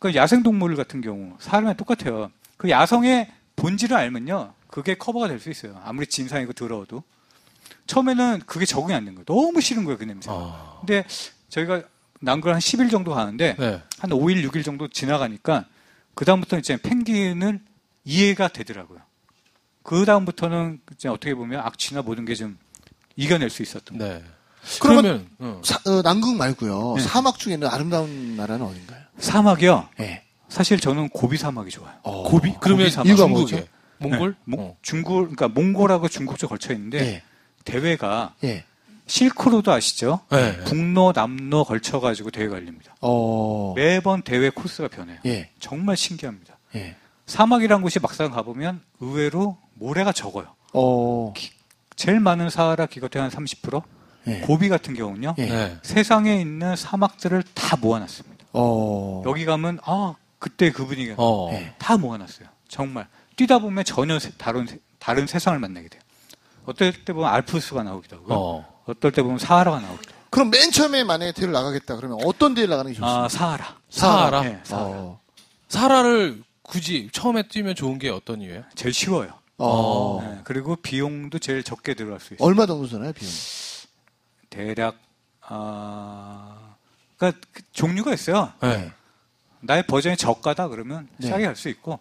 S3: 그 야생 동물 같은 경우 사람이랑 똑같아요. 그 야성의 본질을 알면요, 그게 커버가 될 수 있어요. 아무리 진상이고 더러워도 처음에는 그게 적응이 안 된 거예요. 너무 싫은 거예요 그 냄새. 가
S2: 아.
S3: 근데 저희가 남극을 한 10일 정도 가는데
S2: 네.
S3: 한 5일, 6일 정도 지나가니까 그 다음부터 이제 펭귄을 이해가 되더라고요. 그 다음부터는 이제 어떻게 보면 악취나 모든 게 좀 이겨낼 수 있었던 거예요.
S2: 네.
S1: 그러면-
S2: 그러면, 어.
S1: 사- 어, 남극 말고요.
S3: 네.
S1: 사막 중에는 아름다운 나라는 어딘가요?
S3: 사막이요.
S1: 예.
S3: 사실 저는 고비 사막이 좋아요.
S2: 어. 고비? 그러면
S3: 고비 사막.
S1: 이유가
S2: 중국에 예.
S1: 뭐죠?
S2: 몽골?
S3: 네, 몽-
S2: 어.
S3: 중국 그러니까 몽골하고 중국 쪽 걸쳐 있는데
S1: 예.
S3: 대회가
S1: 예.
S3: 실크로드 아시죠?
S2: 네, 네.
S3: 북로 남로 걸쳐 가지고 대회가 열립니다.
S1: 어.
S3: 매번 대회 코스가 변해요.
S1: 예.
S3: 정말 신기합니다.
S1: 예.
S3: 사막이란 곳이 막상 가보면 의외로 모래가 적어요.
S1: 어.
S3: 제일 많은 사하라 기껏해 한 30%.
S1: 예.
S3: 고비 같은 경우는요.
S1: 예.
S2: 네.
S3: 세상에 있는 사막들을 다 모아놨습니다.
S1: 어.
S3: 여기 가면 아 그때 그 분위기
S2: 어.
S1: 예.
S3: 다 모아놨어요. 정말 뛰다 보면 전혀 세- 다른 세- 다른 세상을 만나게 돼요. 어떨 때 보면 알프스가 나오기도 하고,
S2: 어.
S3: 어. 떨때 보면 사하라가 나오기도 하고.
S1: 그럼 맨 처음에 만약에 대회를 나가겠다 그러면 어떤 대회를 나가는 게 좋습니까?
S3: 아 사하라.
S2: 사하라.
S3: 네, 사하라.
S1: 어.
S2: 사라를 굳이 처음에 뛰면 좋은 게 어떤 이유예요?
S3: 제일 쉬워요.
S1: 어.
S3: 네, 그리고 비용도 제일 적게 들어갈 수 있어요.
S1: 얼마 정도 드나요, 비용?
S3: 대략 아 그러니까 그 종류가 있어요.
S2: 네.
S3: 나의 버전이 저가다 그러면
S1: 네.
S3: 싸게 갈 수 있고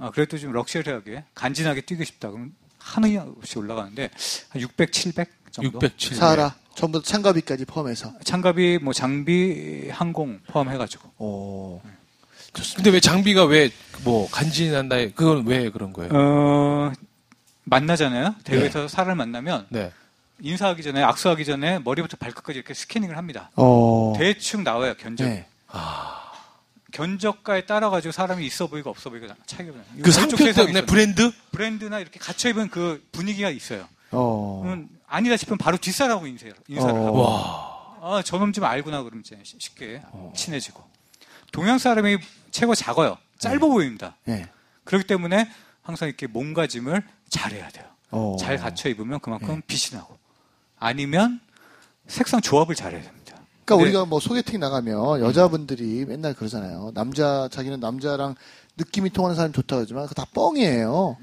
S3: 아, 그래도 좀 럭셔리하게 간지나게 뛰고 싶다 그러면 하나씩 올라가는데 한 600, 700 정도.
S2: 607.
S1: 사하라 전부 참가비까지 포함해서.
S3: 장갑이 뭐 장비 항공 포함해가지고
S1: 어.
S2: 근데 왜 장비가 왜 뭐 간지난다 해- 그건 왜 그런 거예요?
S3: 어, 만나잖아요 대회에서 사람을 만나면
S2: 네.
S3: 인사하기 전에 악수하기 전에 머리부터 발끝까지 이렇게 스캐닝을 합니다
S1: 어.
S3: 대충 나와요 견적
S1: 네.
S3: 견적가에 따라 가지고 사람이 있어 보이고 없어 보이고 차이가 나요
S2: 그 상표 때문에 브랜드?
S3: 브랜드나 이렇게 갇혀 입은 그 분위기가 있어요
S1: 어.
S3: 그건 아니다 싶으면 바로 뒷사람하고 인사, 인사를
S1: 어.
S3: 하고
S2: 와. 어.
S3: 아, 저놈 좀 알구나 그러면 이제 쉽- 쉽게 친해지고 동양 사람이 최고 작아요 짧아 보입니다
S1: 네.
S3: 그렇기 때문에 항상 이렇게 몸가짐을 잘해야 돼요.
S1: 어. 네.
S3: 잘 갖춰 입으면 그만큼 빛이 나고 아니면 색상 조합을 잘해야 됩니다.
S1: 그러니까
S3: 네.
S1: 우리가 뭐 소개팅 나가면 여자분들이 맨날 그러잖아요. 남자 자기는 남자랑 느낌이 통하는 사람이 좋다 그러지만 그다 뻥이에요.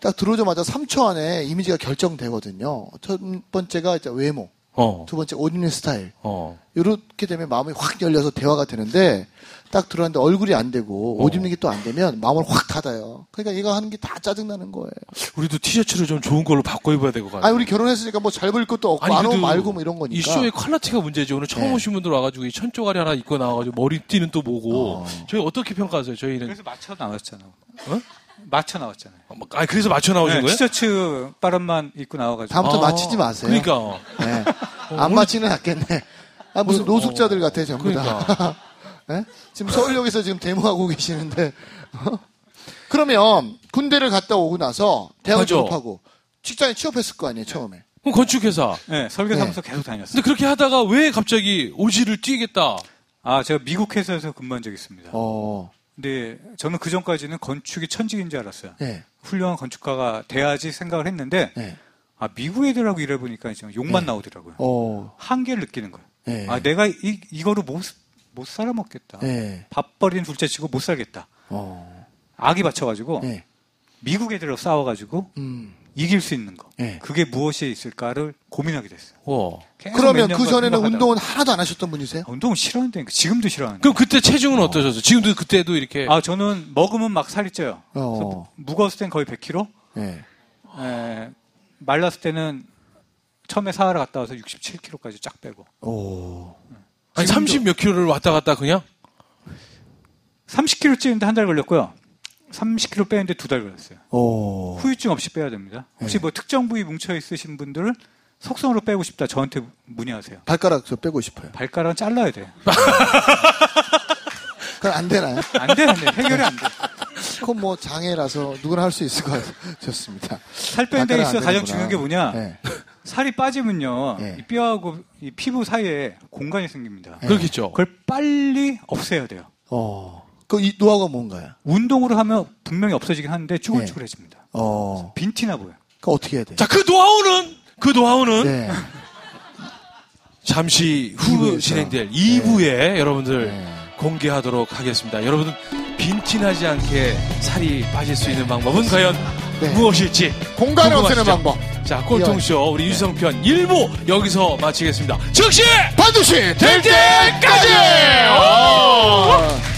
S1: 딱 들어오자마자 3초 안에 이미지가 결정되거든요. 첫 번째가 이제 외모,
S2: 어.
S1: 두 번째 옷 입는 스타일.
S2: 어.
S1: 이렇게 되면 마음이 확 열려서 대화가 되는데 딱 들어왔는데 얼굴이 안 되고 옷
S2: 어.
S1: 입는 게 또 안 되면 마음을 확 닫아요. 그러니까 얘가 하는 게 다 짜증 나는 거예요.
S2: 우리도 티셔츠를 좀 좋은 걸로 바꿔 입어야 될 것 같아요.
S1: 아 우리 결혼했으니까 뭐 잘 보일 것도 없고 안
S2: 그래도
S1: 오면 말고 뭐 이런 거니까.
S2: 이 쇼의 퀄리티가 문제죠. 오늘 처음
S1: 네.
S2: 오신 분들 와가지고 이 천조가리 하나 입고 나와가지고 머리띠는 또 뭐고. 저희 어떻게 평가하세요? 저희는.
S3: 그래서 맞춰 나왔잖아.
S2: 어?
S3: 맞춰 나왔잖아요.
S2: 아, 그래서 맞춰 나오신
S3: 네,
S2: 거예요?
S3: 티셔츠 바람만 입고 나와가지고
S1: 다음부터
S2: 아,
S1: 맞추지 마세요.
S2: 그러니까.
S1: 네. 안 맞지는 않겠네. 아,
S3: 어.
S1: 무슨 노숙자들 같아, 전부
S3: 그러니까.
S1: 다. 예? 지금 서울역에서 지금 데모하고 계시는데. 어? 그러면 군대를 갔다 오고 나서 대학을
S2: 맞아.
S1: 졸업하고 직장에 취업했을 거 아니에요, 처음에.
S2: 그럼 건축회사.
S3: 네, 설계사무소 계속 다녔어요.
S2: 근데 그렇게 하다가 왜 갑자기 오지를 뛰겠다.
S3: 아 제가 미국 회사에서 근무한 적이 있습니다.
S1: 어,
S3: 근데 저는 그 전까지는 건축이 천직인 줄 알았어요.
S1: 예,
S3: 훌륭한 건축가가 돼야지 생각을 했는데
S1: 예,
S3: 아 미국 애들하고 일해 보니까 지금 욕만
S1: 네.
S3: 나오더라고요.
S1: 어,
S3: 한계를 느끼는 거예요.
S1: 예,
S3: 아 내가 이 이거로 못, 못 살아 먹겠다.
S1: 예,
S3: 밥 버린 둘째 치고 못 살겠다.
S1: 어,
S3: 악이 받쳐가지고
S1: 예,
S3: 미국 애들하고 싸워가지고
S1: 음.
S3: 이길 수 있는 거.
S1: 네.
S3: 그게 무엇이 있을까를 고민하게 됐어요.
S2: 와.
S3: 계속
S1: 그러면
S3: 몇 년간
S1: 그 전에는
S3: 생각하다가.
S1: 운동은 하나도 안 하셨던 분이세요?
S3: 아, 운동은 싫어한다니까 지금도 싫어하는데.
S2: 그럼 그때 체중은 어떠셨어요? 지금도 그때도 이렇게.
S3: 아 저는 먹으면 막 살이 쪄요. 그래서
S1: 어.
S3: 무거웠을 땐 거의 100kg.
S1: 예.
S3: 에, 말랐을 때는 처음에 사하라 갔다 와서 67kg까지 쫙 빼고
S1: 오.
S2: 아니, 30 몇 킬로를 왔다 갔다 그냥?
S3: 30kg 찌는데 한 달 걸렸고요. 30kg 빼는데 두 달 걸렸어요.
S1: 오.
S3: 후유증 없이 빼야 됩니다.
S1: 네.
S3: 혹시 뭐 특정 부위 뭉쳐 있으신 분들은 속성으로 빼고 싶다 저한테 문의하세요.
S1: 발가락 저 빼고 싶어요.
S3: 발가락은 잘라야 돼.
S1: 그건 안 되나요?
S3: 안 돼, 안 돼. 해결이 안 돼.
S1: 그건 뭐 장애라서 누구나 할 수 있을 것 같습니다.
S3: 살 빼는 데
S1: 아까는
S3: 있어
S1: 안
S3: 가장
S1: 되는구나.
S3: 중요한 게 뭐냐?
S1: 네.
S3: 살이 빠지면요.
S1: 네.
S3: 이 뼈하고 이 피부 사이에 공간이 생깁니다.
S1: 네.
S2: 그렇겠죠.
S3: 그걸 빨리 없애야 돼요.
S1: 어. 그 이 노하우가 뭔가요?
S3: 운동으로 하면 분명히 없어지긴
S1: 네.
S3: 하는데 쭈글쭈글해집니다.
S1: 어.
S3: 빈티나 보여.
S1: 그 어떻게 해야 돼?
S2: 자, 그 노하우는, 그 노하우는
S1: 네.
S2: 잠시 후
S1: 이부에서. 네.
S2: 진행될 2부에 여러분들 공개하도록 하겠습니다. 여러분은 빈티나지 않게 살이 빠질 수 있는 방법은 과연
S1: 네.
S2: 무엇일지
S1: 공간을
S2: 궁금하시죠?
S1: 없애는 방법. 네.
S2: 자, 꼴통쇼 우리 유성편 1부 여기서 마치겠습니다. 즉시
S1: 반드시 될 어!
S2: 될 때까지!
S1: 때까지! 오!